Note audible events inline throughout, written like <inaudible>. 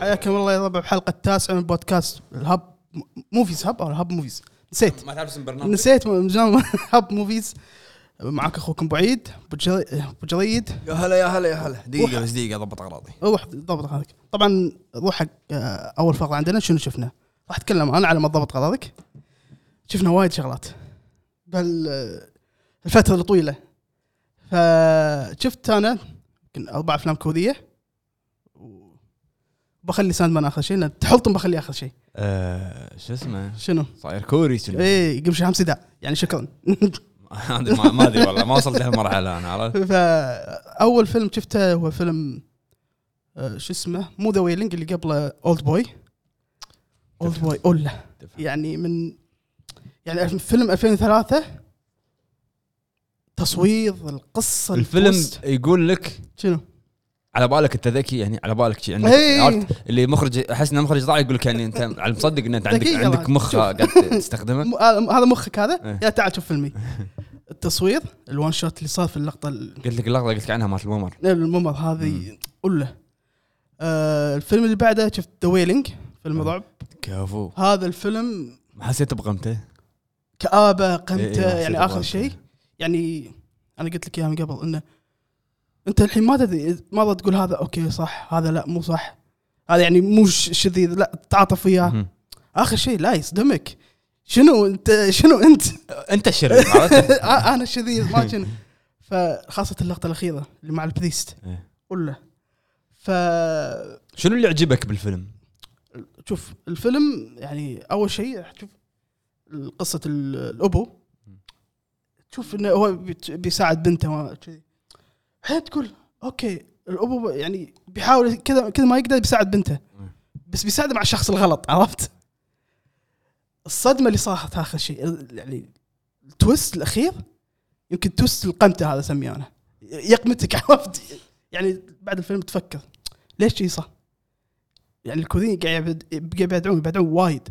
حياكم الله يا ربع بحلقه التاسعه من بودكاست الهب موفيز هب او الهب موفيز نسيت ما تعرف اسم برنامج نسيت من زمان <laughs> هب موفيز معاك اخوكم ابو عيد أبو جري- ابو جريد يا هلا يا هلا يا هلا دقيقه بس دقيقه اضبط اغراضي روح ضبط قرارك طبعا روح حق آه، اول فقره عندنا شنو شفنا راح اتكلم انا على ما ضبط قرارك شفنا وايد شغلات بل آه، الفتره الطويله فشفت انا يمكن اربع افلام كوريه و- بخلي ساندمان اخر شيء لان تحلطم بخلي اخر شيء آه، شو اسمه شنو؟ صاير كوري شنو؟ ايه قبل شي خمس داع يعني <laughs> شكرا <laughs> ما ما ادري والله ما وصلت لهالمرحله انا عرفت فاول فيلم شفته هو فيلم آه، شو اسمه مو ذا ويلينج اللي قبله اولد بوي اولد بوي اولا تفهم. يعني من يعني فيلم 2003 تصوير القصه الفيلم التوست. يقول لك <laughs> شنو على بالك انت ذكي يعني على بالك شيء عندك إيه. عرفت اللي مخرج احس انه مخرج طالع يقول لك <laughs> يعني انت على مصدق ان انت عندك ذكي يا عندك ولد. مخ شوف. قاعد تستخدمه <laughs> م- آه، هذا هذا مخك إيه. هذا يا تعال شوف <laughs> فيلمي التصوير الوان شوت اللي صار في اللقطه ال- قلت لك اللقطه قلت لك عنها مالت الممر الممر هذه قله آه الفيلم اللي بعده شفت ذا ويلينج فيلم آه. رعب كفو هذا الفيلم ما حسيت بقمته كآبة إيه، قمته إيه، يعني حسيت آخر بهذا. شيء يعني أنا قلت لك إياها من قبل إنه أنت الحين ما تدري مرة تقول هذا أوكي صح هذا لا مو صح هذا يعني مو ش- شذيذ لا تعاطف وياه مم. آخر شيء لا يصدمك شنو أنت شنو أنت انت الشرير <laughs> <laughs> عرفت آه، أنا شذيذ ما شنو فخاصة اللقطة الأخيرة اللي مع البريست إيه. ولا ف شنو اللي عجبك بالفيلم؟ شوف الفيلم يعني اول شيء تشوف قصه ال- الابو تشوف انه هو بيت- بيساعد بنته ما- كذي. الحين تقول اوكي الابو ب- يعني بيحاول كذا كذا ما يقدر بيساعد بنته بس بيساعده مع الشخص الغلط عرفت؟ الصدمه اللي صارت اخر شيء ال- يعني التويست الاخير يمكن تويست القمته هذا اسميه انا يقمتك عرفت؟ يعني بعد الفيلم تفكر ليش شي صار؟ يعني الكوريين قاعد يبعد- قاعد يبعدون يبعدون وايد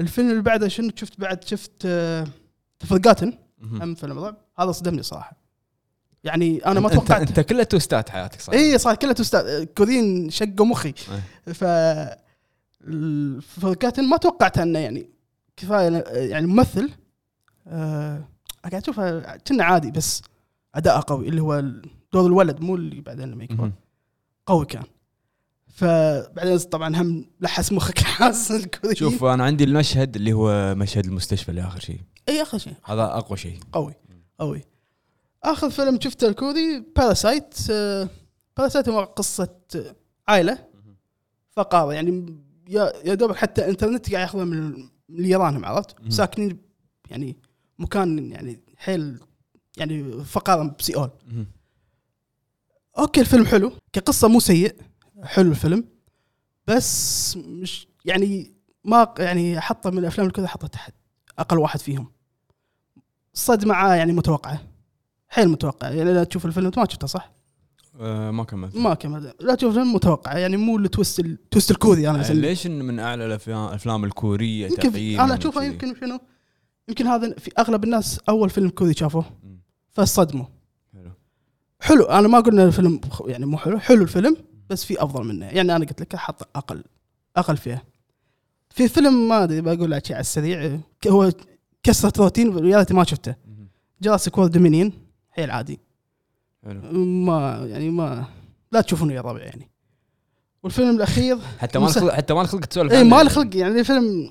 الفيلم اللي بعده شنو شفت بعد شفت آه، فورغاتن مم. هم فيلم رعب هذا صدمني صراحه يعني انا ما أنت- أنت- طيب. توقعت انت كلها توستات حياتك صح؟ اي صار كله توستات الكوريين شقوا مخي إيه. ف فورغاتن ما توقعت انه يعني كفايه يعني ممثل آه، قاعد اشوفه كنا عادي بس اداءه قوي اللي هو دور الولد مو اللي بعدين لما يكبر قوي كان فبعدين طبعا هم لحس مخك <laughs> حاس الكوريين شوف انا عندي المشهد اللي هو مشهد المستشفى اللي اخر شيء اي اخر شيء هذا اقوى شيء قوي قوي اخر فيلم شفته الكوري باراسايت باراسايت هو قصه آه، عائله فقاره يعني يا يا دوب حتى الانترنت قاعد ياخذه من من اليابانهم مم. عرفت ساكنين يعني مكان يعني حيل يعني فقاره بسيول مم. اوكي الفيلم حلو كقصه مو سيء حلو الفيلم بس مش يعني ما يعني حطه من الافلام الكذا حطه تحت اقل واحد فيهم صدمه معاه يعني متوقعه حيل متوقعه يعني لا تشوف الفيلم انت ما شفته صح؟ آه، ما كملت ما كمل لا تشوف الفيلم متوقعه يعني مو التويست التويست الكوذي انا آه، اسميه ليش إن من اعلى الافلام الافلام الكوريه يمكن تقييما انا اشوفه وكذي؟ يمكن شنو يمكن هذا في اغلب الناس اول فيلم كوذي شافوه مم. فصدموا حلو. حلو انا ما قلنا الفيلم خ- يعني مو حلو حلو الفيلم بس في افضل منه يعني انا قلت لك حط اقل اقل فيها في فيلم ما ادري بقول لك شيء على السريع ك- هو كسرت روتين يا ريتني ما شفته مم. جراسيك وورد دومينيون حيل عادي حلو ما يعني ما لا تشوفونه يا ربع يعني والفيلم الاخير حتى ما مسا- الخلق حتى ما الخلق تسولف اي عنه. ما له خلق يعني فيلم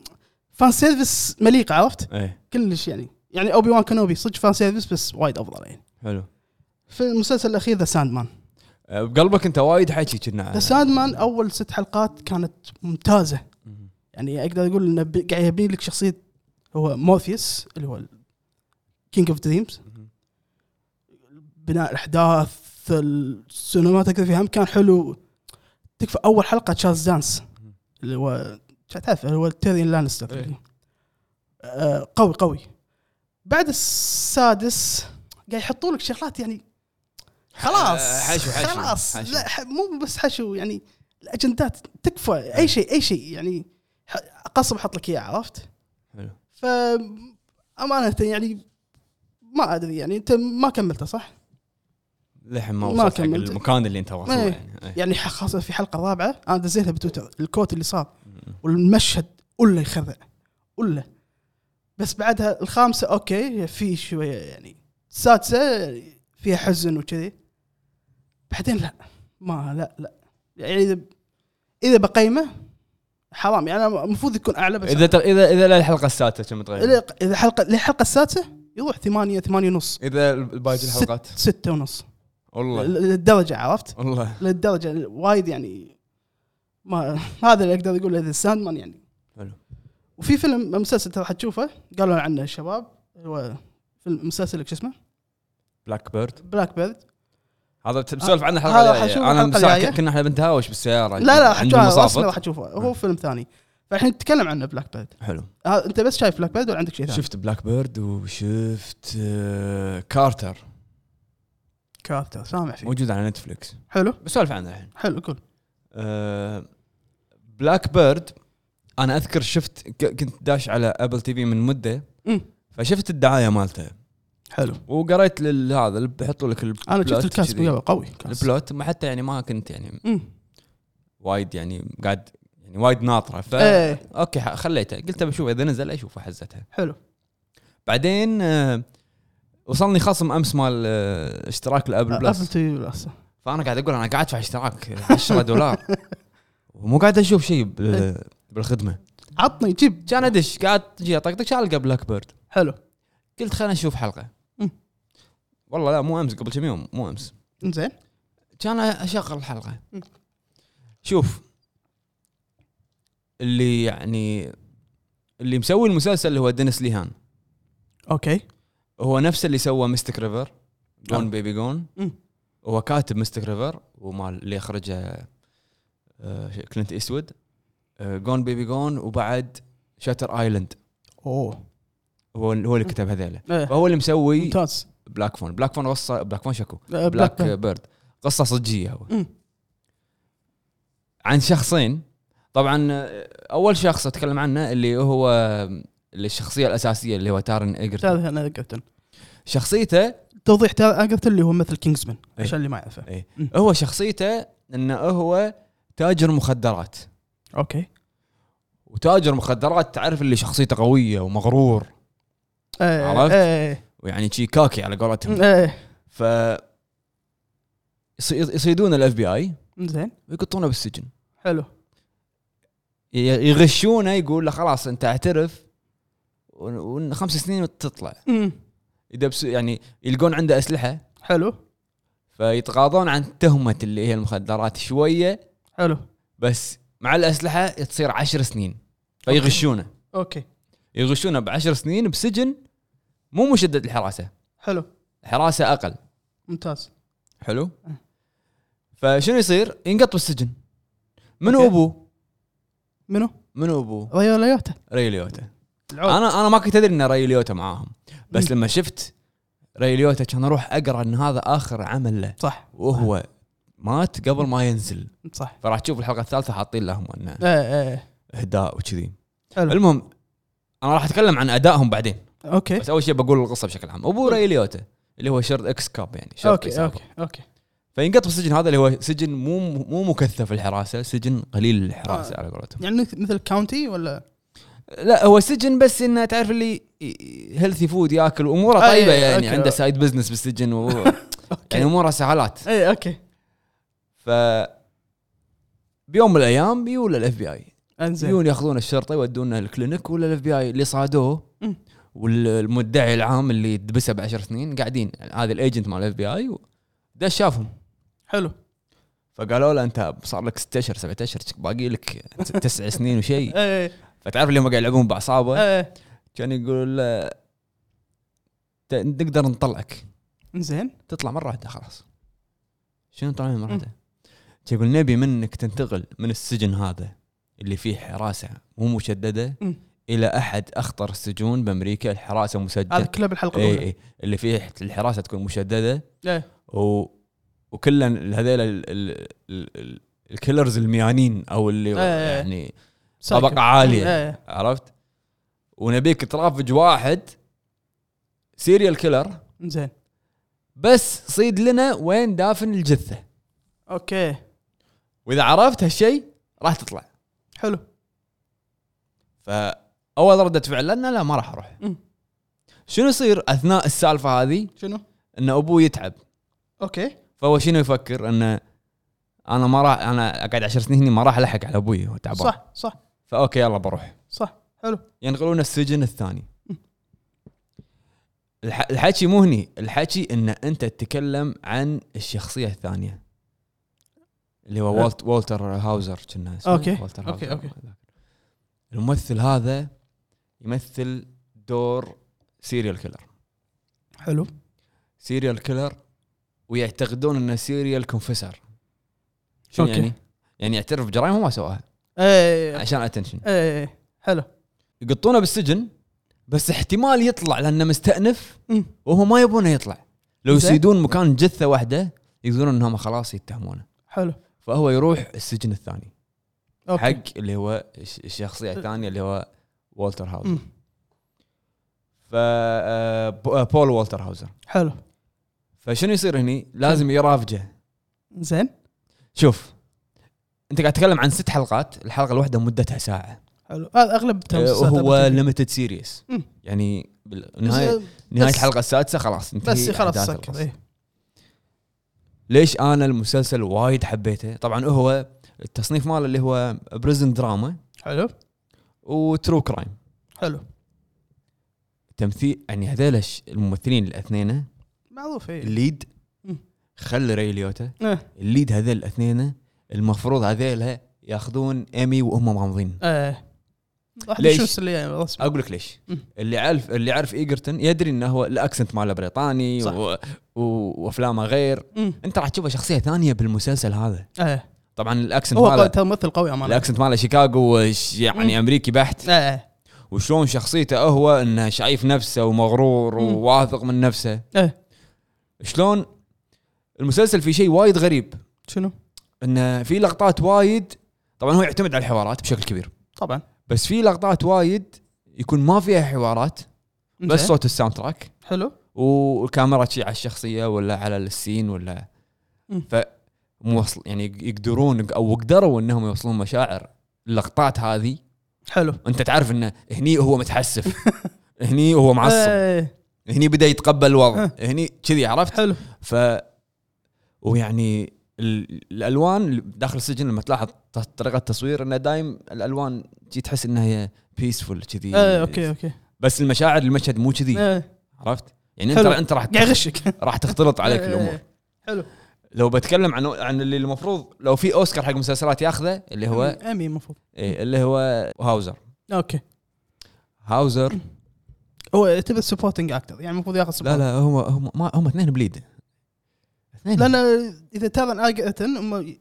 فان سيرفيس مليق عرفت اي كلش يعني يعني اوبي وان كانوبي صدق فان سيرفيس بس وايد افضل يعني حلو في المسلسل الاخير ذا ساند مان آه، بقلبك انت وايد حكي كنا ذا عنه. ساند مان اول ست حلقات كانت ممتازه مم. يعني اقدر اقول انه ب- قاعد يبني لك شخصيه هو موثيوس اللي هو كينج اوف دريمز مم. بناء الاحداث السينماتيك فيها كان حلو تكفى اول حلقه تشارلز دانس اللي هو مش تعرف اللي هو تيريون لانستر إيه. آه، قوي قوي بعد السادس قاعد يحطوا لك شغلات يعني آه، خلاص حشو حشو خلاص حشو. لا ح- مو بس حشو يعني الاجندات تكفى اي شيء اي شيء يعني ح- قصب حط لك اياه عرفت؟ حلو ف امانه يعني ما ادري يعني انت ما كملته صح؟ للحين ما ما وصلت حق كملت. المكان اللي انت واصل إيه. يعني إيه. يعني خاصه في حلقه الرابعه انا دزيتها بتويتر الكوت اللي صار مم. والمشهد ولا يخرع ولا بس بعدها الخامسه اوكي في شويه يعني السادسه فيها حزن وكذي بعدين لا ما لا لا يعني اذا اذا بقيمه حرام يعني أنا المفروض يكون اعلى بس اذا تر... اذا اذا للحلقه السادسه كم تغير؟ اذا اذا حلقه للحلقه السادسه يروح ثمانية ثمانية ونص اذا باقي الحلقات ست- ستة ونص والله للدرجة عرفت والله للدرجة وايد يعني ما هذا اللي اقدر اقوله اذا الساند مان يعني حلو وفي فيلم مسلسل ترى حتشوفه قالوا عنه الشباب هو فيلم مسلسل شو اسمه بلاك بيرد بلاك بيرد هذا بتسولف عنه آه، هذا الحلقه الجايه حنشوف انا الحلقة مساعة الجاية. كنا احنا بنتهاوش بالسياره لا لا عند حتشوفه اسمه المصافط حتشوفه هو فيلم ثاني فالحين نتكلم عنه بلاك بيرد حلو ها، انت بس شايف بلاك بيرد ولا عندك شيء ثاني؟ شفت بلاك بيرد وشفت آه، كارتر كارتر سامع فيه موجود على نتفلكس حلو بسولف عنه الحين حلو قول آه، بلاك بيرد انا اذكر شفت ك- كنت داش على ابل تي في من مده أمم، فشفت الدعايه مالته حلو وقريت لل- هذا اللي بيحطوا لك البلوت انا شفت الكاست كذي. قبل قوي كاست. البلوت ما حتى يعني ما كنت يعني أمم، وايد يعني قاعد يعني وايد ناطره ف ايه اوكي ح- خليته قلت بشوف اذا نزل اشوفه حزتها حلو بعدين آه، وصلني خصم امس مال آه، اشتراك الابل ابل بلس تي بلس فانا قاعد اقول انا قاعد ادفع اشتراك <laughs> 10 دولار ومو قاعد اشوف شيء بال- إيه. بالخدمه عطني جيب كان ادش قاعد تجي اطقطق شالقه بلاك بيرد حلو قلت خلينا نشوف حلقه مم. والله لا مو امس قبل كم يوم مو امس زين كان اشغل الحلقه مم. شوف اللي يعني اللي مسوي المسلسل اللي هو دينيس ليهان اوكي هو نفسه اللي سوى ميستيك ريفر آه. جون بيبي جون مم. هو كاتب ميستيك ريفر ومال اللي اخرجه آه، كلينت ايستوود جون بيبي جون وبعد شاتر ايلاند اوه هو هو اللي كتب هذيله إيه. فهو اللي مسوي ممتاز بلاك فون بلاك فون قصه بلاك فون شكو آه، بلاك بيرد. بيرد قصه صجيه هو مم. عن شخصين طبعا آه، اول شخص اتكلم عنه اللي هو آه، الشخصيه الاساسيه اللي هو تارن ايجرتون تاذ انا قلت شخصيته توضيح تاذ انا قلت اللي هو مثل كينجزمان إيه. عشان اللي ما يعرفه هو شخصيته انه هو تاجر مخدرات اوكي وتاجر مخدرات تعرف اللي شخصيته قويه ومغرور إيه، عرفت؟ إيه، ويعني شي كاكي على قولتهم ايه ف يص- يصيدون الاف بي اي زين ويقطونه بالسجن حلو ي- يغشونه يقول له خلاص انت اعترف وخمس سنين وتطلع أمم، يدبس يعني يلقون عنده اسلحه حلو فيتغاضون عن تهمه اللي هي المخدرات شويه حلو بس مع الاسلحه تصير عشر سنين فيغشونه اوكي يغشونه بعشر سنين بسجن مو مشدد الحراسه حلو حراسه اقل ممتاز حلو فشنو يصير ينقط بالسجن منو أوكي. ابوه منو؟ منو ابوه ريولا يوتا ري ليوتا العود انا انا ما كنت ادري ان ري ليوتا معاهم بس مم. لما شفت ري ليوتا كان اروح اقرا ان هذا اخر عمل له صح آه. وهو مات قبل ما ينزل صح فراح تشوف الحلقه الثالثه حاطين لهم انه ايه ايه اهداء وكذي حلو المهم انا راح اتكلم عن ادائهم بعدين اوكي بس اول شيء بقول القصه بشكل عام ابو ري ليوتا اللي هو شرد اكس كاب يعني شرد اوكي يسار. اوكي اوكي فينقط بالسجن هذا اللي هو سجن مو مو مكثف الحراسه سجن قليل الحراسه آه. على قولتهم يعني مثل كاونتي ولا لا هو سجن بس انه تعرف اللي هيلثي فود ياكل واموره آه، طيبه إيه، يعني أوكي. عنده سايد بزنس <laughs> بالسجن و... يعني اموره سهالات ايه اوكي ف بيوم من الايام يولى الاف بي اي انزين يجون ياخذون الشرطه يودونه الكلينيك ولا الاف بي اي اللي صادوه مم. والمدعي العام اللي دبسه بعشر سنين قاعدين هذا الايجنت مال الاف بي اي دش شافهم حلو فقالوا له انت صار لك 16 17 باقي لك ت- تسع سنين <laughs> وشيء ايه فتعرف اللي هم قاعد يلعبون باعصابه ايه كان يقول له ت- نقدر نطلعك انزين تطلع مره واحده خلاص شنو طالعين مره واحده؟ كان يقول نبي منك تنتقل من السجن هذا اللي فيه حراسه مو مشدده مم. الى احد اخطر السجون بامريكا الحراسه هذا مسجله كله بالحلقه اي الاولى اي اللي فيه الحراسه تكون مشدده إيه. و... وكلا هذيل ال... ال... ال... ال... الكيلرز الميانين او اللي إيه. يعني سايكو. طبقة عالية. إيه. عرفت ونبيك ترافج واحد سيريال كيلر انزين بس صيد لنا وين دافن الجثه اوكي واذا عرفت هالشيء راح تطلع حلو فاول رده فعل لنا لا ما راح اروح مم. شنو يصير اثناء السالفه هذه شنو؟ ان ابوه يتعب اوكي فهو شنو يفكر انه انا ما راح انا اقعد عشر سنين هنا ما راح الحق على ابوي هو تعبان صح صح صح فاوكي يلا بروح صح حلو ينقلون السجن الثاني مم. الح- الحكي مو هني الحكي ان انت تتكلم عن الشخصيه الثانيه اللي هو أه. والت والتر هاوزر كنا اسمه أوكي. والتر أوكي، هاوزر. أوكي. الممثل هذا يمثل دور سيريال كيلر حلو سيريال كيلر ويعتقدون انه سيريال كونفيسر شنو أوكي. يعني؟ يعني يعترف بجرائمه وما سواها ايه عشان اتنشن ايه حلو يقطونه بالسجن بس احتمال يطلع لانه مستانف مم. وهو ما يبونه يطلع لو زين. يسيدون مكان جثه واحده يقدرون انهم خلاص يتهمونه حلو فهو يروح السجن الثاني اوكي حق اللي هو الش- الشخصيه الثانيه اللي هو والتر هاوزر مم. ف آه، ب- آه، بول والتر هاوزر حلو فشنو يصير هني؟ لازم يرافجه زين شوف انت قاعد تتكلم عن ست حلقات الحلقه الواحده مدتها ساعه حلو هذا اغلب آه، تمسيسات وهو أبو ليمتد سيريس مم. يعني بال- تيم. نهايه بس- نهايه بس- الحلقه السادسه خلاص انتهي بس خلاص أحداث سكر القصة. ايه ليش انا المسلسل وايد حبيته طبعا هو التصنيف ماله اللي هو بريزن دراما حلو وترو كرايم حلو تمثيل يعني هذول الش- الممثلين الاثنين معروف ايه الليد مم. خلي ري ليوتا إيه. الليد هذول الاثنين المفروض هذول ياخذون ايمي وهم مامضين ايه راح ليش؟ آه. نشوف اللي يعني رسمي اقول لك ليش مم. اللي عارف اللي عارف ايجرتون يدري انه هو الاكسنت ماله بريطاني صح. و... و... وافلامه غير مم. انت راح تشوفه شخصيه ثانيه بالمسلسل هذا ايه طبعا الاكسنت هو قوي- ماله ترى ممثل قوي امانه الاكسنت ماله شيكاغو وش- يعني امريكي بحت ايه وشلون شخصيته هو انه شايف نفسه ومغرور مم. وواثق من نفسه ايه شلون المسلسل في شيء وايد غريب شنو؟ انه في لقطات وايد طبعا هو يعتمد على الحوارات بشكل كبير طبعا بس في لقطات وايد يكون ما فيها حوارات بس زين. صوت الساوند تراك حلو والكاميرا شي على الشخصيه ولا على السين ولا مم. ف موصل يعني يقدرون او قدروا انهم يوصلون مشاعر اللقطات هذه حلو انت تعرف انه هني <laughs> هو متحسف هني هو معصب ايه هني بدا يتقبل الوضع آه. هني كذي عرفت حلو ف ويعني ال- الالوان داخل السجن لما تلاحظ ط- طريقه التصوير انه دايم الالوان تجي تحس انها هي بيسفول كذي ايه اوكي اوكي بس المشاعر المشهد مو كذي ايه عرفت يعني انت حلو. انت راح قاعد يغشك <laughs> راح تختلط عليك إيه، الامور <laughs> حلو لو بتكلم عن عن اللي المفروض لو في اوسكار حق مسلسلات ياخذه اللي هو امي المفروض إيه اللي هو هاوزر اوكي هاوزر هو تبي سبورتنج اكتر يعني المفروض ياخذ لا سبورت لا هم هم ما هم اثنين بليد اثنين لان اذا تاغن اجتن هم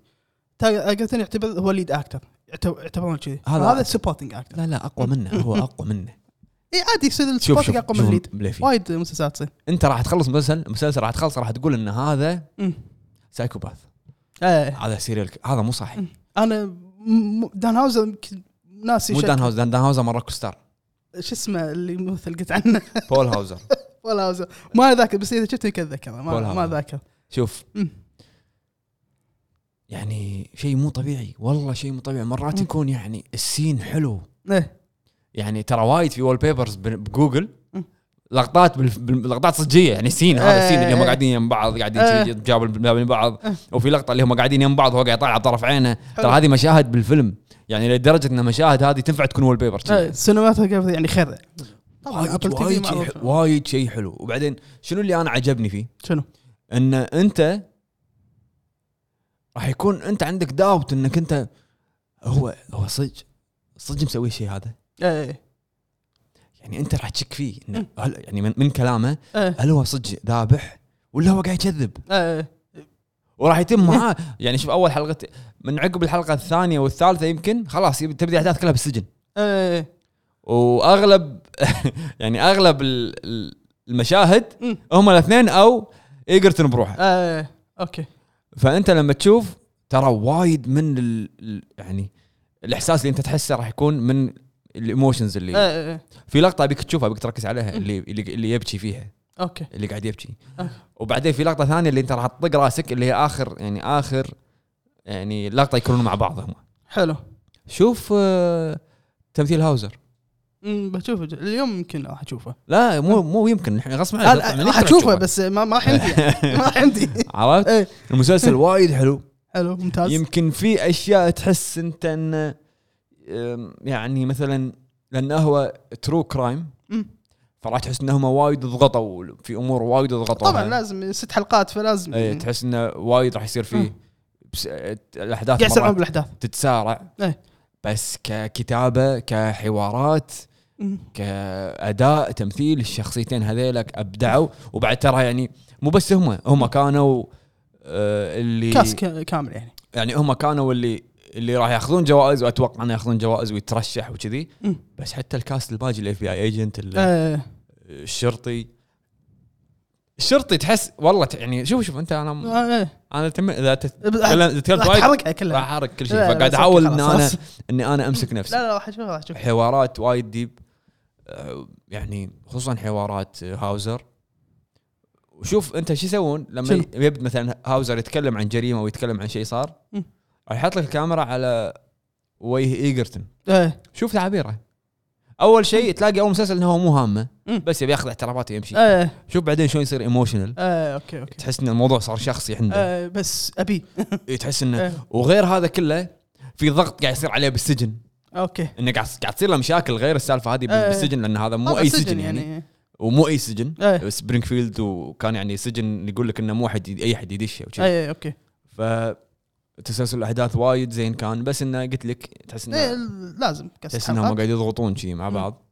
تاغن اجتن يعتبر هو ليد اكتر يعتبرون كذي هذا- هذا سبورتنج اكتر لا لا اقوى منه هو اقوى منه اي إيه، عادي يصير شوف شوف السبورتنج اقوى من شوف الليد بليفي. وايد مسلسلات تصير انت راح تخلص مسلسل مسلسل راح تخلص راح تقول ان هذا أمم. سايكوباث ايه هذا سيريال ك- هذا مو صح مم. انا م- م- دان هاوزر يمكن ناسي مو شكل. دان هاوز دان, دان هاوزر مره <laughs> ستار شو اسمه اللي ممثل قلت عنه <laughs> بول هاوزر ولا هاوزر ما ذاكر بس اذا شفته يمكن اتذكره ولا ما, ما هاوزر. ذاكر شوف مم. يعني شيء مو طبيعي والله شيء مو طبيعي مرات مم. يكون يعني السين حلو ايه يعني ترى وايد في وول بيبرز بجوجل مم. لقطات بالف- بال- لقطات صجيه يعني سين هذا آه، سين اللي هم آه. قاعدين يم بعض قاعدين آه. شي يتجاوبوا بين بعض وفي لقطه اللي هم قاعدين يم بعض وهو قاعد يطالع بطرف عينه ترى هذه مشاهد بالفيلم يعني لدرجه ان مشاهد هذه تنفع تكون وول بيبر ايه سينماتوجرافي يعني خير طبعا ابل تي في وايد وايد شيء معروف. حلو- وايد شيء حلو وبعدين شنو اللي انا عجبني فيه؟ شنو؟ ان انت راح يكون انت عندك داوت انك انت هو هو صدق صدق مسوي الشيء هذا إيه. ايه يعني انت راح تشك فيه إنه هل يعني من, من كلامه ايه هل هو صدق ذابح ولا هو قاعد يكذب ايه وراح يتم معاه <laughs> يعني شوف اول حلقه من عقب الحلقه الثانيه والثالثه يمكن خلاص يب- تبدا الاحداث كلها بالسجن ايه واغلب <laughs> يعني اغلب ال- ال- المشاهد مم. هم الاثنين او ايجرتون بروحه ايه اوكي فانت لما تشوف ترى وايد من ال ال- يعني الاحساس اللي انت تحسه راح يكون من الايموشنز اللي ايه ايه في لقطه ابيك تشوفها ابيك تركز عليها اللي اللي, اللي يبكي فيها اوكي اللي قاعد يبكي آه. وبعدين في لقطه ثانيه اللي انت راح تطق راسك اللي هي اخر يعني اخر يعني لقطه يكونون مع بعض هم حلو شوف آه، تمثيل هاوزر امم بشوفه ج- اليوم يمكن راح اشوفه لا مو مو إيه، يمكن احنا غصب آه، عنك يعني راح اشوفه بس ما ما راح <laughs> عندي ما راح عندي عرفت إيه. <laughs> المسلسل وايد حلو حلو ممتاز يمكن في اشياء تحس انت ان أم، يعني مثلا لانه هو ترو كرايم مم. فراح تحس انهم وايد ضغطوا في امور وايد ضغطوا طبعا لازم ست حلقات فلازم اي قاعد إيه، تحس انه وايد راح يصير فيه مم. بس أه، الاحداث يسرعون مرات بالاحداث تتسارع إيه. بس ككتابه كحوارات مم. كاداء تمثيل الشخصيتين هذيلك ابدعوا وبعد ترى يعني مو بس هم هم كانوا آه، اللي كاس ك- كامل يعني يعني هم كانوا اللي اللي راح ياخذون جوائز واتوقع انه ياخذون جوائز ويترشح وكذي مم. بس حتى الكاست الباقي الاف بي اي ايجنت آه، الشرطي الشرطي تحس والله ت- يعني شوف شوف انت انا آه، إيه. انا تم- اذا راح تتكلم تتكلم وايد تحركها راح كلها احرك كل شيء لا، لا، فقاعد بس احاول أوكي، ان انا خلاص. اني انا امسك نفسي لا لا راح اشوفها راح اشوفها حوارات وايد ديب آه، يعني خصوصا حوارات آه، هاوزر وشوف انت شو يسوون لما شنو؟ يبد مثلا هاوزر يتكلم عن جريمه ويتكلم عن شيء صار مم. راح يحط لك الكاميرا على وجه ايجرتون ايه شوف تعابيره اول شيء تلاقي اول مسلسل انه هو مو هامه مم. بس يبي ياخذ اعترافات ويمشي ايه شوف بعدين شلون يصير ايموشنال ايه اوكي اوكي تحس ان الموضوع صار شخصي عنده آه، بس <laughs> ابي تحس انه إيه. وغير هذا كله في ضغط قاعد يصير عليه بالسجن اوكي انه قاعد قاعد تصير له مشاكل غير السالفه هذه إيه. بالسجن لان هذا مو طبعاً اي سجن سجن يعني ومو اي سجن إيه. سبرينغفيلد وكان يعني سجن يقول لك انه مو حد اي حد يدشه وشي ايه اوكي ف تسلسل الاحداث وايد زين كان بس انه قلت لك تحس إيه، انه لازم تحس كاس انهم حلقات قاعد يضغطون شي مع مم. بعض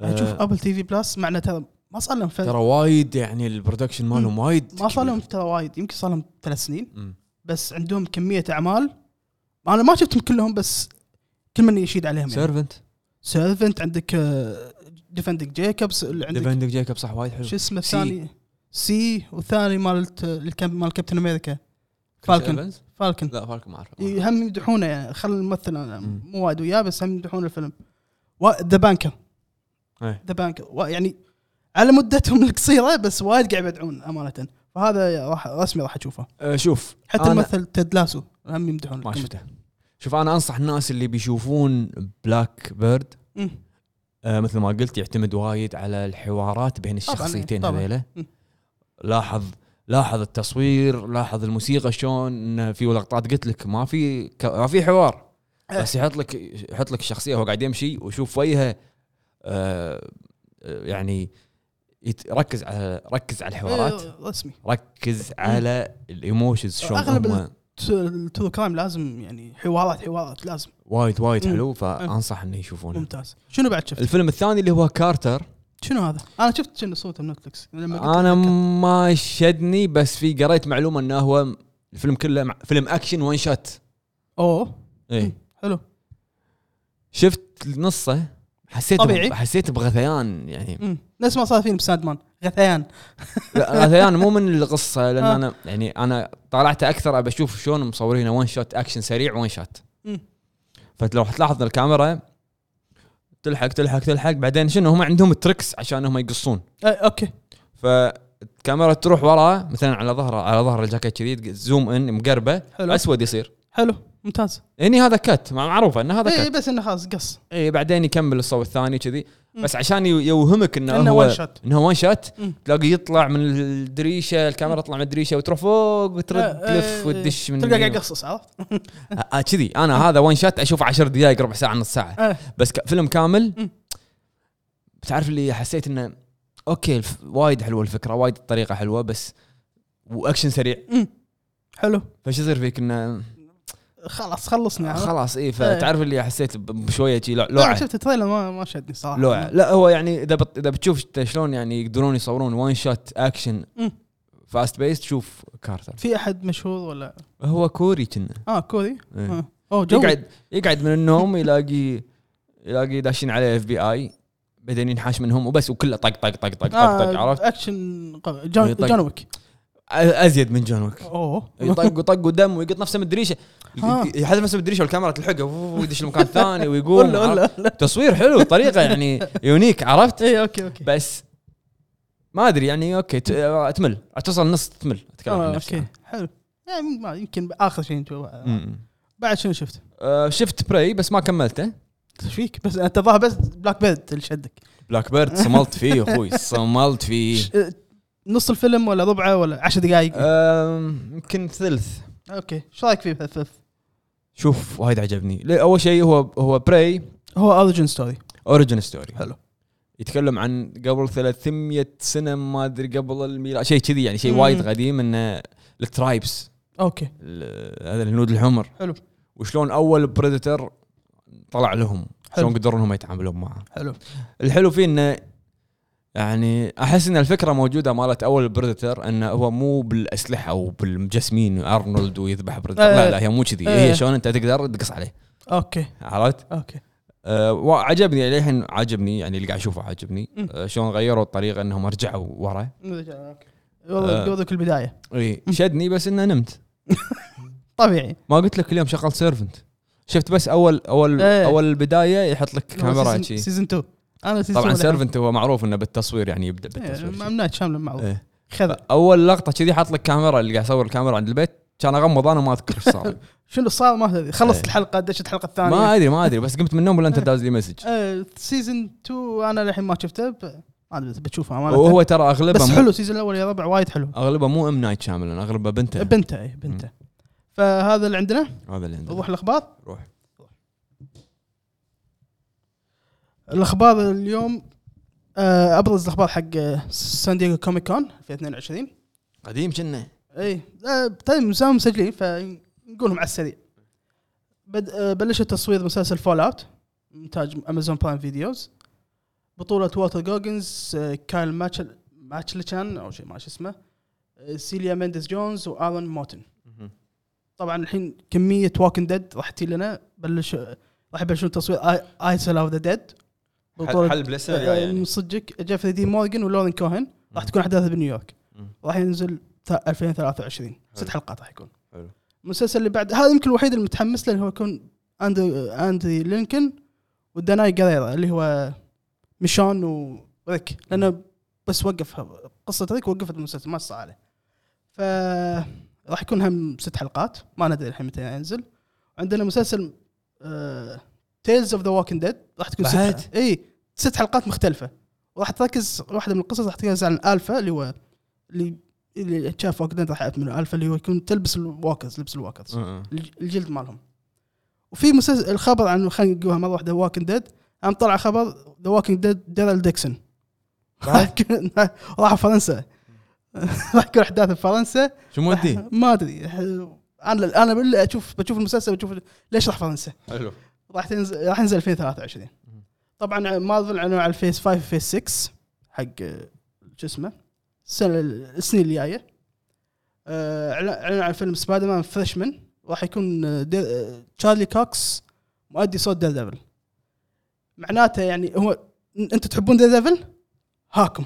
يعني شوف آه، ابل تي في بلس معنا ترى ما صار لهم ف- ترى وايد يعني البرودكشن مالهم وايد إيه. ما صار كبير. لهم ترى وايد يمكن صار لهم ثلاث سنين مم. بس عندهم كميه اعمال انا ما شفتهم كلهم بس كل من يشيد عليهم يعني سيرفنت سيرفنت عندك آه، ديفندك جيكبس اللي عندك ديفندنج جيكب صح وايد حلو شو اسمه سي. الثاني سي والثاني مالت الكاب- مال كابتن امريكا فالكن. إيفنز؟ فالكن لا فالكن ما اعرف ي- هم يمدحونه يعني خل الممثل أنا مم. مو وايد وياه بس هم يمدحون الفيلم ذا بانكر إيه. ذا بانكر يعني على مدتهم القصيره بس وايد قاعد يبدعون امانه فهذا راح رسمي راح اشوفه آه، شوف حتى أنا- الممثل تيد لاسو هم يمدحون ما الكم- شفته شوف انا انصح الناس اللي بيشوفون بلاك بيرد مم. آه، مثل ما قلت يعتمد وايد على الحوارات بين طبعاً، الشخصيتين طبعاً. هذيلا مم. لاحظ لاحظ التصوير لاحظ الموسيقى شلون إنه في لقطات قلت لك ما في ك- ما في حوار إيه. بس يحط لك يحط لك الشخصيه وهو قاعد يمشي وشوف وجهه آه، آه، يعني يت- ركز على ركز على الحوارات إيه، رسمي ركز على الايموشنز شلون أغلب هم تو كرايم لازم يعني حوارات حوارات لازم وايد وايد مم. إيه. حلو فانصح انه يشوفونه ممتاز شنو بعد شفت؟ الفيلم الثاني اللي هو كارتر شنو هذا؟ انا شفت شنو صوته من نتفلكس لما قلت انا لك- ما شدني بس في قريت معلومه انه هو الفيلم كله مع فيلم اكشن وان شوت اوه اي مم. حلو شفت نصه حسيت طبيعي. ب- حسيت بغثيان يعني مم. نفس ما صار فيلم ساندمان غثيان لا، غثيان مو من القصه لان آه. انا يعني انا طالعت اكثر ابى اشوف شلون مصورينه وان شوت اكشن سريع وان شوت مم. فلو تلاحظ الكاميرا تلحق تلحق تلحق بعدين شنو هم عندهم تريكس عشان هم يقصون آه، اوكي فالكاميرا تروح وراه مثلا على ظهره على ظهر الجاكيت كذي زوم ان مقربه حلو اسود يصير حلو ممتاز هني هذا كت مع- معروفه ان هذا اي كت إيه، بس انه خلاص قص اي بعدين يكمل الصوت الثاني كذي مم. بس عشان يو- يوهمك انه انه ون هو شوت انه وان شوت مم. تلاقي يطلع من الدريشه الكاميرا تطلع من الدريشه وتروح فوق وترد آه، آه، تلف وتدش من تلقى قاعد يقصص عرفت؟ آه، آه، كذي انا هذا وان شوت اشوف 10 دقائق ربع ساعه نص ساعه آه. بس ك- فيلم كامل مم. بتعرف اللي حسيت انه اوكي الف... وايد حلوه الفكره وايد الطريقه حلوه بس واكشن سريع مم. حلو فش يصير فيك انه خلاص خلصنا عرفت؟ خلاص اي فتعرف اللي حسيت ب- بشويه شي لع- لا لوعه شفت التريلر ما ما شدني صراحه لوعه لا هو يعني اذا بت... اذا بتشوف شت- شلون يعني يقدرون يصورون وان شوت اكشن مم. فاست بيس تشوف كارتر في احد مشهور ولا هو كوري كنا اه كوري إيه. آه. اوه جو يقعد يقعد من النوم يلاقي يلاقي داشين عليه اف بي اي بعدين ينحاش منهم وبس وكله طق طق طق طق طق آه، طق عرفت اكشن قوي. جون يطق. جون ويك أ- ازيد من جون ويك اوه <laughs> يطق وطق ودم ويقط نفسه من الدريشه آه. يحذف نفسه من الدريشه والكاميرا تلحقه ويدش المكان <laughs> الثاني ويقوم ولا عرفت؟ ولا تصوير حلو طريقه يعني يونيك عرفت اي اوكي اوكي بس ما ادري يعني اوكي ت- آه، تمل توصل نص تمل اتكلم عن آه، نفسي اوكي أنا. حلو يعني ما- يمكن اخر شيء انتوا مم. بعد شنو شفت؟ آه، شفت براي بس ما كملته ايش فيك بس انت الظاهر بس بلاك بيرد اللي شدك بلاك بيرد صملت فيه <laughs> اخوي صملت فيه ش- نص الفيلم ولا ربعه ولا عشر دقائق آه. آم، يمكن ثلث اوكي ايش رايك فيه بهالثلث؟ شوف وايد عجبني ليه؟ اول شيء هو هو براي هو اوريجن ستوري اوريجن ستوري حلو. يتكلم عن قبل 300 سنه ما ادري قبل الميلاد شيء كذي يعني شيء مم. وايد قديم انه الترايبس اوكي ال- هذا الهنود الحمر حلو. وشلون اول بريدتر طلع لهم حلو. شلون قدروا انهم يتعاملون معه حلو الحلو فيه انه يعني احس ان الفكره موجوده مالت اول بريدتر انه هو مو بالاسلحه وبالمجسمين ارنولد ويذبح بريدتر لا إيه. لا هي مو كذي إيه. هي شلون انت تقدر تدقص عليه اوكي عرفت؟ اوكي أه وعجبني للحين عجبني يعني اللي قاعد اشوفه عجبني مم. أه شلون غيروا الطريقه انهم رجعوا ورا آه. والله قبل ذيك البدايه اي مم. شدني بس انه نمت طبيعي ما قلت لك اليوم شغل سيرفنت شفت بس اول اول إيه. اول البدايه يحط لك كاميرا شي سيزون 2 انا سيزون طبعا سيرفنت هو معروف انه بالتصوير يعني يبدا إيه، بالتصوير شي. ممنوع شامل معروف إيه. خذ اول لقطه كذي حاط لك كاميرا اللي قاعد يصور الكاميرا عند البيت كان اغمض انا ما اذكر ايش <laughs> صار شنو صار ما أدري. خلصت إيه. الحلقه دشت الحلقه ما الثانيه ادري ما ادري بس قمت من النوم ولا انت إيه. داز لي مسج سيزون 2 انا الحين ما شفته ب- ما ادري إذا بتشوفه امانه وهو ترى اغلبه بس مو- حلو السيزون الاول يا ربع وايد حلو اغلبه مو ام نايت شاملن اغلبه بنته بنته اي بنته فهذا اللي عندنا هذا اللي عندنا نروح الاخبار روح الاخبار اليوم آه، ابرز الاخبار حق آه، سان دييغو كوميك كون في 22 قديم كنا اي آه، طيب مسام مسجلين فنقولهم على السريع بد... آه، بلشت تصوير مسلسل فول اوت انتاج امازون برايم فيديوز بطولة ووتر جوجنز آه، كايل ماتشل ماتشلتشان او شيء ما شو اسمه آه، سيليا مينديز جونز وارون موتن طبعا الحين كميه واكن ديد راح تجي لنا بلش راح يبلشون تصوير ايسل اوف ذا ديد حل بلسة آه، من صدقك جيفري دين مورجن ولورين كوهن راح يعني. مم. تكون احداثها بنيويورك مم. راح ينزل تا- 2023 ست حلو. حلقات راح يكون حلو. المسلسل اللي بعد هذا يمكن الوحيد اللي متحمس له اللي هو يكون اندري اندري لينكن وداناي جاريرا اللي هو ميشون وريك لانه بس وقف قصه ريك وقفت المسلسل ما صار عليه ف راح يكون هم ست حلقات ما ندري الحين متى ينزل عندنا مسلسل آه، تيلز اوف ذا ووكينج ديد راح تكون ست بعد؟ حلقات. اي ست حلقات مختلفه وراح تركز واحده من القصص راح تركز على الالفا اللي هو اللي اللي شاف ووكينج ديد راح يعرف منه الالفا اللي هو يكون تلبس الواكرز لبس الواكرز آه، <laughs> الج- الجلد مالهم وفي مسلسل الخبر عن خلينا نقولها مره واحده واكن ديد قام طلع خبر ذا واكن ديد ديرل ديكسون راح يكون- <laughs> راح فرنسا <laughs> راح يكون احداث بفرنسا شو مودي ما ادري انا انا بالله اشوف بشوف المسلسل بشوف ليش راح فرنسا حلو راح تنزل راح ينزل 2023 مم. طبعا مارفل اعلنوا على الفيس 5 وفيس 6 حق آه، شو اسمه السنه السنين اللي جايه آه، اعلن- اعلنوا على فيلم سبايدر مان فريشمان راح يكون آه، دي- آه، تشارلي كوكس مؤدي صوت دير ديفل معناته يعني هو ن- انتم تحبون دير ديفل هاكم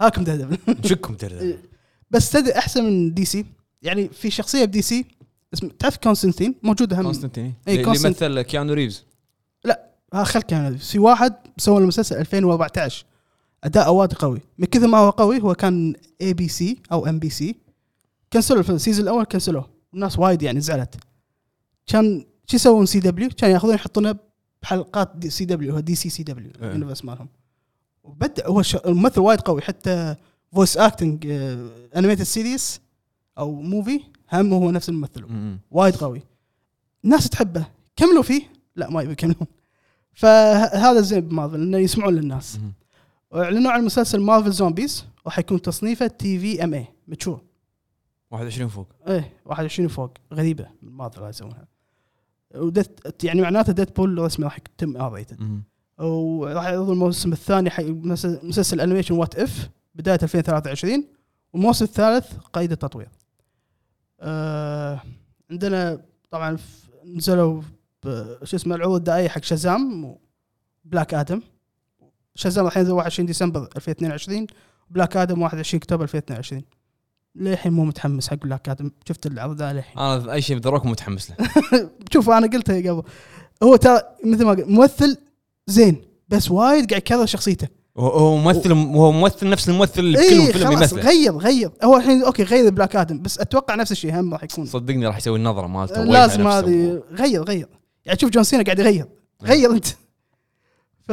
هاكم دير ديفل نشكم إيه، ترى <laughs> بس تدري احسن من دي سي يعني في شخصيه بدي سي اسم تعرف كونستانتين موجوده هم كونستانتين إيه، اللي كونستانت- مثل كيانو ريفز ها خل كان في واحد سوى المسلسل 2014 اداء وايد قوي من كثر ما هو قوي هو كان اي بي سي او ام بي سي كنسلوا الفيلم السيزون الاول كنسلوه الناس وايد يعني زعلت كان شو يسوون سي دبليو كان ياخذون يحطونه بحلقات دي سي دبليو هو دي سي سي دبليو إيه. اليونيفرس مالهم وبدع هو ش... الممثل وايد قوي حتى آه، فويس اكتنج انيميتد سيريس او موفي هم هو نفس الممثل وايد قوي ناس تحبه كملوا فيه لا ما يبي يكملون فهذا الزين بمارفل انه يسمعون للناس اعلنوا عن مسلسل مارفل زومبيز راح يكون تصنيفه تي في إيه. ام اي متشور 21 فوق ايه 21 فوق غريبه من مارفل قاعد يسوونها ودت يعني معناته ديد بول رسمي راح يتم ار ريتد وراح يعرضوا الموسم الثاني حق مسلسل مسلسل الانيميشن وات اف بدايه 2023 والموسم الثالث قيد التطوير. آه عندنا طبعا ف- نزلوا ب- شو اسمه العروض الدعائيه حق شازام وبلاك ادم شازام راح ينزل 21 ديسمبر 2022 بلاك ادم 21 اكتوبر 2022 للحين مو متحمس حق بلاك ادم شفت العرض ده للحين انا اي شيء بدروك متحمس له <laughs> شوف انا قلتها قبل هو ترى مثل ما قلت ممثل زين بس وايد قاعد يكرر شخصيته هو- هو ممثل هو ممثل نفس الممثل اللي اي بكل فيلم إيه، خلاص يمثله غير غير هو الحين اوكي غير بلاك ادم بس اتوقع نفس الشيء هم راح يكون صدقني راح يسوي النظره مالته ويلحق آه، لازم نفسه. هذه غير غير يعني شوف جون سينا قاعد يغير غير انت ف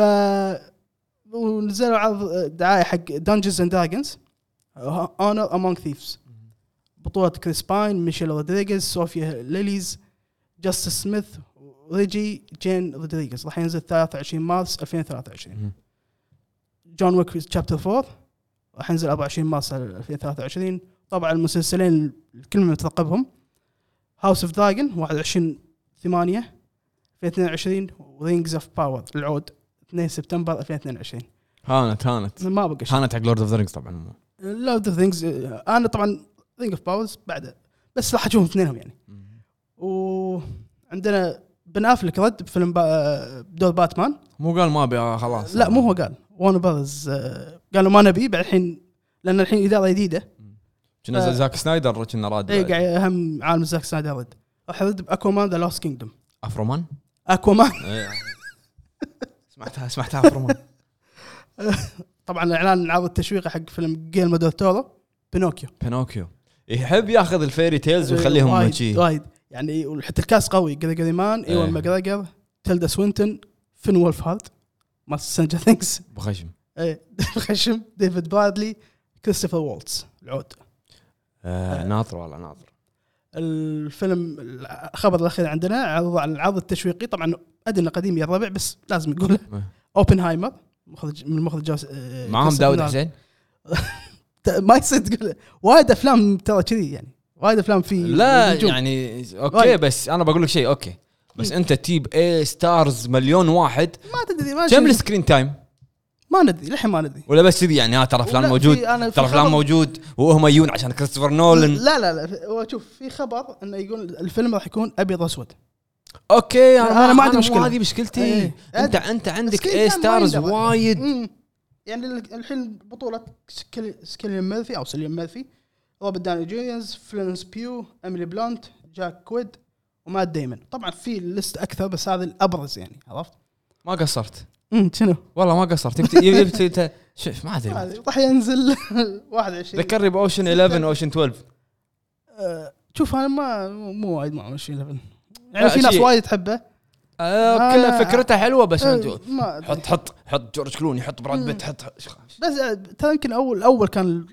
ونزلوا عرض دعايه حق دنجنز اند دراجونز اونر امونج ثيفز بطولة كريس باين ميشيل رودريغيز صوفيا ليليز جاستس سميث ريجي جين رودريغيز راح ينزل 23 مارس 2023 مم. جون ويك تشابتر 4 راح ينزل 24 مارس 2023 طبعا المسلسلين الكل مترقبهم هاوس اوف دراجون 21 8 2022 ورينجز اوف باور العود 2 سبتمبر 2022 هانت هانت ما بقى شيء هانت حق لورد اوف ذا رينجز طبعا لورد اوف ثينجز انا طبعا رينج اوف باورز بعده بس راح اشوفهم اثنينهم يعني وعندنا بن افلك رد بفيلم با... بدور باتمان مو قال ما ابي آه، خلاص لا مو هو قال وان براذرز آه، قالوا ما نبي بعد الحين لان الحين اداره جديده كنا آه. زاك سنايدر كنا راد اي إيه، قاعد اهم عالم زاك سنايدر رد راح يرد باكوامان ذا لوست كينجدوم افرومان اكوامان إيه. سمعتها سمعتها افرومان طبعا اعلان عرض التشويقي حق فيلم جيلمو دول تورو بينوكيو <laughs> بينوكيو يحب ياخذ الفيري تيلز ويخليهم إيه، وايد شي وايد يعني وحتى الكاس قوي جريجوري مان ايوان إيه. ماجريجر تلدا سوينتون فين وولف هارت ما سنجا ثينكس <laughs> بخشم ايه خشم ديفيد بادلي كريستوفر وولتز العود آه، ناطر والله ناطر الفيلم الخبر الاخير عندنا عرض عن العرض التشويقي طبعا ادنى قديم يا الربع بس لازم نقوله إيه. اوبنهايمر مخرج من مخرج جوس آه، معاهم كريستوفر داود نولان. حسين ما يصير تقول وايد افلام ترى كذي يعني وايد افلام في لا نجوم. طيب. يعني اوكي وايد. بس انا بقول لك شيء اوكي بس انت تجيب اي ستارز مليون واحد ما تدري ما كم شي- السكرين تايم ما ندري للحين ما ندري ولا بس كذي يعني ها ترى فلان ولا موجود في- أنا في ترى فلان خبر- موجود وهم يجون عشان كريستوفر نولان لا لا لا هو شوف في خبر انه يقول الفيلم راح يكون ابيض واسود اوكي أنا ما عندي مو مشكلة. هذه مشكلتي إيه. انت انت عندك سكرين اي تايم ما ستارز يندرى. وايد مم. يعني ال- الحين بطولة سكيل- سكيليان ميرفي او سيليان ميرفي روبرت داني جونيورز فلورنس بيو اميلي بلانت جاك كويد ومات ديمن طبعا في لست اكثر بس هذا الابرز يعني عرفت؟ ما قصرت امم شنو؟ والله ما قصرت يبت- يبت يبت- شوف ما ادري راح ينزل <laughs> 21 ذكرني باوشن 11 اوشن 12 آه، شوف انا ما مو وايد مع شيء يعني لا، في ناس شيء- وايد تحبه اوكي أنا- آه، فكرتها حلوه بس آه، أنت- ما أدري. حط حط حط جورج كلوني حط براد بيت حط حط- بس آه، ترى يمكن اول اول كان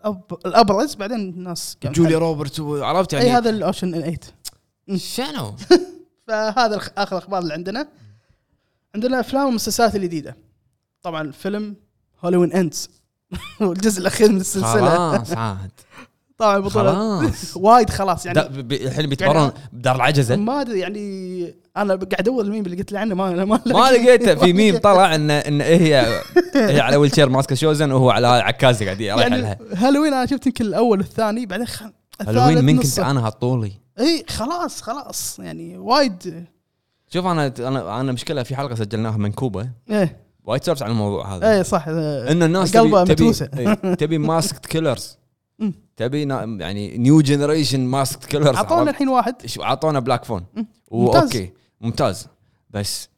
الأب- الابرز بعدين الناس قامت جوليا روبرتس عرفت اي يعني هذا الاوشن 8 <laughs> شنو؟ فهذا الخ- اخر الاخبار اللي عندنا عندنا افلام ومسلسلات الجديده طبعا فيلم هولوين <laughs> اندز الجزء الاخير من السلسله خلاص عاد طبعا بطولة <laughs> خلاص وايد خلاص دا- يعني ب- الحين بيتمرن بدار العجزه ما ادري يعني انا قاعد ادور الميم اللي قلت لي عنه ما ما ما <laughs> لقيته في ميم طلع ان ان هي هي على ويل شير ماسكه شوزن وهو على عكازه قاعد رايح يعني لها هالوين انا شفت يمكن الاول والثاني بعدين خل... هالوين من كنت نصه. انا هالطولي اي خلاص خلاص يعني وايد شوف انا انا انا مشكله في حلقه سجلناها منكوبه ايه وايد سولفت عن الموضوع هذا ايه صح آه، ان الناس قلبها تبي متروسة. تبي, إيه، تبي ماسكت <laughs> كيلرز مم. تبي نا- يعني نيو جنريشن ماسكت كيلرز اعطونا الحين واحد شو اعطونا بلاك فون مم. واوكي ممتاز بس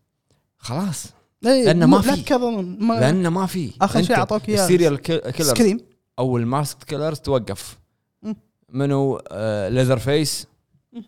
خلاص إيه، لأنه ما مو- لا في. تكررون ما لانه ما في آه. آخر شيء أنت أعطوك إياه. السيريال كي- كيلرز سكريم او الماسكت كيلرز توقف مم. منو آه ليزر فيس مم.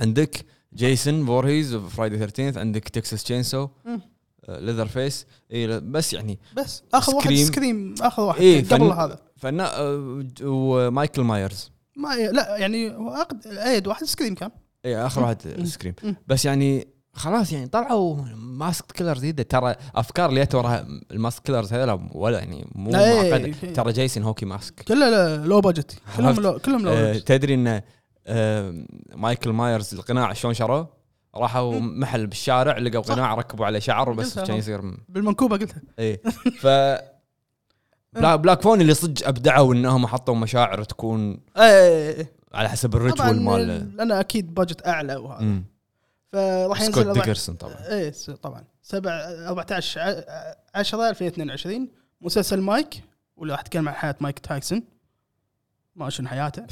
عندك جيسون فورهيز فرايدي 13 عندك آه، تكساس تشينسو مم. ليزر فيس اي بس يعني بس اخر واحد سكريم. سكريم اخر واحد إيه، قبل فن- هذا فنا آه، ومايكل مايرز ما لا يعني هو أقد... ايد واحد سكريم كان اي اخر إيه، واحد مم. سكريم مم. بس يعني خلاص يعني طلعوا ماسك كيلر جديده ترى افكار اللي جت وراها الماسك كيلرز هذول ولا يعني مو إيه، معقده إيه. ترى جايسون هوكي ماسك كله لا- لو بجت كلهم عرفت. لو كلهم لو آه بجت تدري ان آه مايكل مايرز القناع شلون شروه؟ راحوا محل بالشارع لقوا صح. قناع ركبوا عليه شعر وبس قلتها. كان <laughs> يصير م- بالمنكوبه قلتها اي ف بلا- بلاك فون اللي صدق ابدعوا انهم حطوا مشاعر تكون ايه على حسب طبعا الريتوال مال لان اكيد بجت اعلى وهذا مم. فراح سكوت ينزل أربع- ديكرسون طبعا ايه س- طبعا 7 14 10 2022 مسلسل مايك واللي راح اتكلم عن حياه مايك تايسون ما <laughs> شنو حياته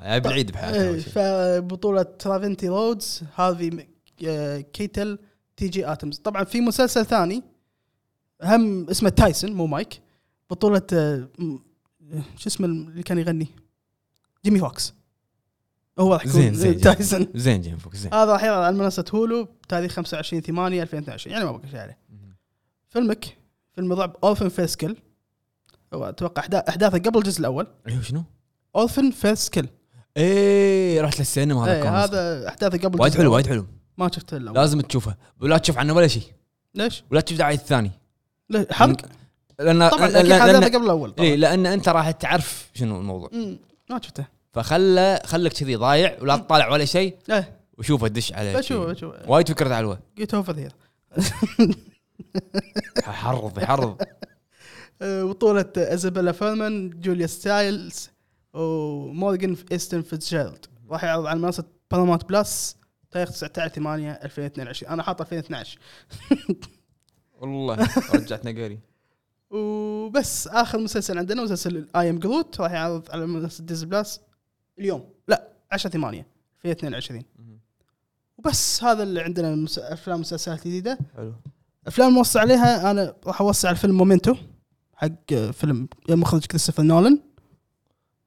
يعني بعيد بحياته إيه، أول شيء. <laughs> فبطولة ترافنتي رودز هارفي م- آه، كيتل تي جي اتمز طبعا في مسلسل ثاني هم اسمه تايسون مو مايك بطولة آه، م- شو اسمه اللي كان يغني جيمي فوكس هو راح زين، يكون زين، زين. تايسون زين جيم فوكس زين هذا راح يلعب على منصة هولو بتاريخ 25 8 2022 يعني ما بقى شيء عليه فيلمك فيلم رعب اورفن فيس كل اتوقع أحدا- احداثه قبل الجزء الاول اللي هو أيوة، شنو؟ اورفن فيس كل ايه رحت للسينما هذا إيه، كان مصر. هذا احداثه قبل وايد الجزء حلو الأول. وايد حلو ما شفت الاول لازم تشوفه ولا تشوف عنه ولا شيء ليش؟ ولا تشوف دعايه الثاني ليش؟ حرق لان طبعا لان, لكن احداثه لأن, قبل الاول طبعا إيه لأن انت راح تعرف شنو الموضوع مم، ما شفته فخله خلك كذي ضايع ولا تطالع ولا شيء ايه وشوفه دش عليه بشوف شي. بشوف وايد فكره حلوه جيت اوفر هير حرض حرض بطولة ازابيلا فيرمان جوليا ستايلز ومورغان ايستن فيتشيرلد راح يعرض على منصة بارامونت بلس تاريخ 19 8 2022 انا حاط 2012 والله رجعتنا قاري وبس اخر مسلسل عندنا مسلسل اي ام جروت راح يعرض على منصة ديزني بلس اليوم لا 10 8 2022 وبس هذا اللي عندنا من مس- افلام ومسلسلات جديده حلو افلام نوصي عليها انا راح اوصي على فيلم مومنتو حق آه، فيلم مخرج كريستوفر نولان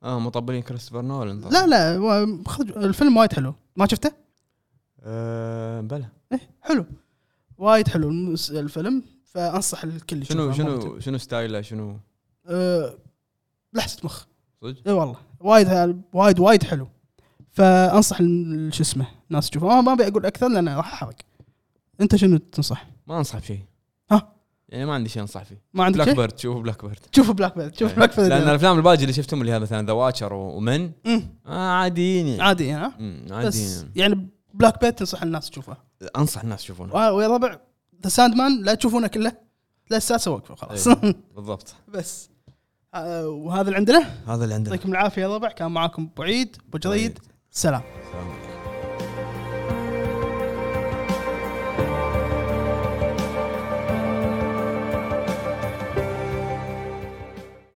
آه، اه مطبلين كريستوفر نولان لا لا هو مخرج الفيلم وايد حلو ما شفته؟ آه بلى ايه حلو وايد حلو المس- الفيلم فانصح الكل شنو يشوفه، Momentum. شنو شنو ستايله شنو أه لحسه مخ صدق؟ اي والله وايد وايد وايد حلو فانصح ال- شو اسمه الناس تشوفه آه ما ابي اقول اكثر لان راح احرق انت شنو تنصح؟ ما انصح بشيء ها؟ يعني ما عندي شيء انصح فيه ما عندك بلاك شيء؟ بيرد شوف بلاك بيرد إيه. شوف بلاك بيرد شوف بلاك لان بيرد يعني. الافلام الباقي اللي شفتهم اللي هي مثلا ذا واتشر ومن مم، آه عاديين يعني عادي ها مم، بس عاديين يعني بلاك بيرد تنصح الناس تشوفه انصح الناس يشوفونه ويا ربع ذا ساند مان لا تشوفونه كله لا الساسه وقفوا خلاص <laughs> أيوة. بالضبط بس آه، وهذا اللي عندنا طيب. هذا اللي عندنا يعطيكم العافيه يا ربع كان معاكم ابو عيد ابو جريد سلام سلام.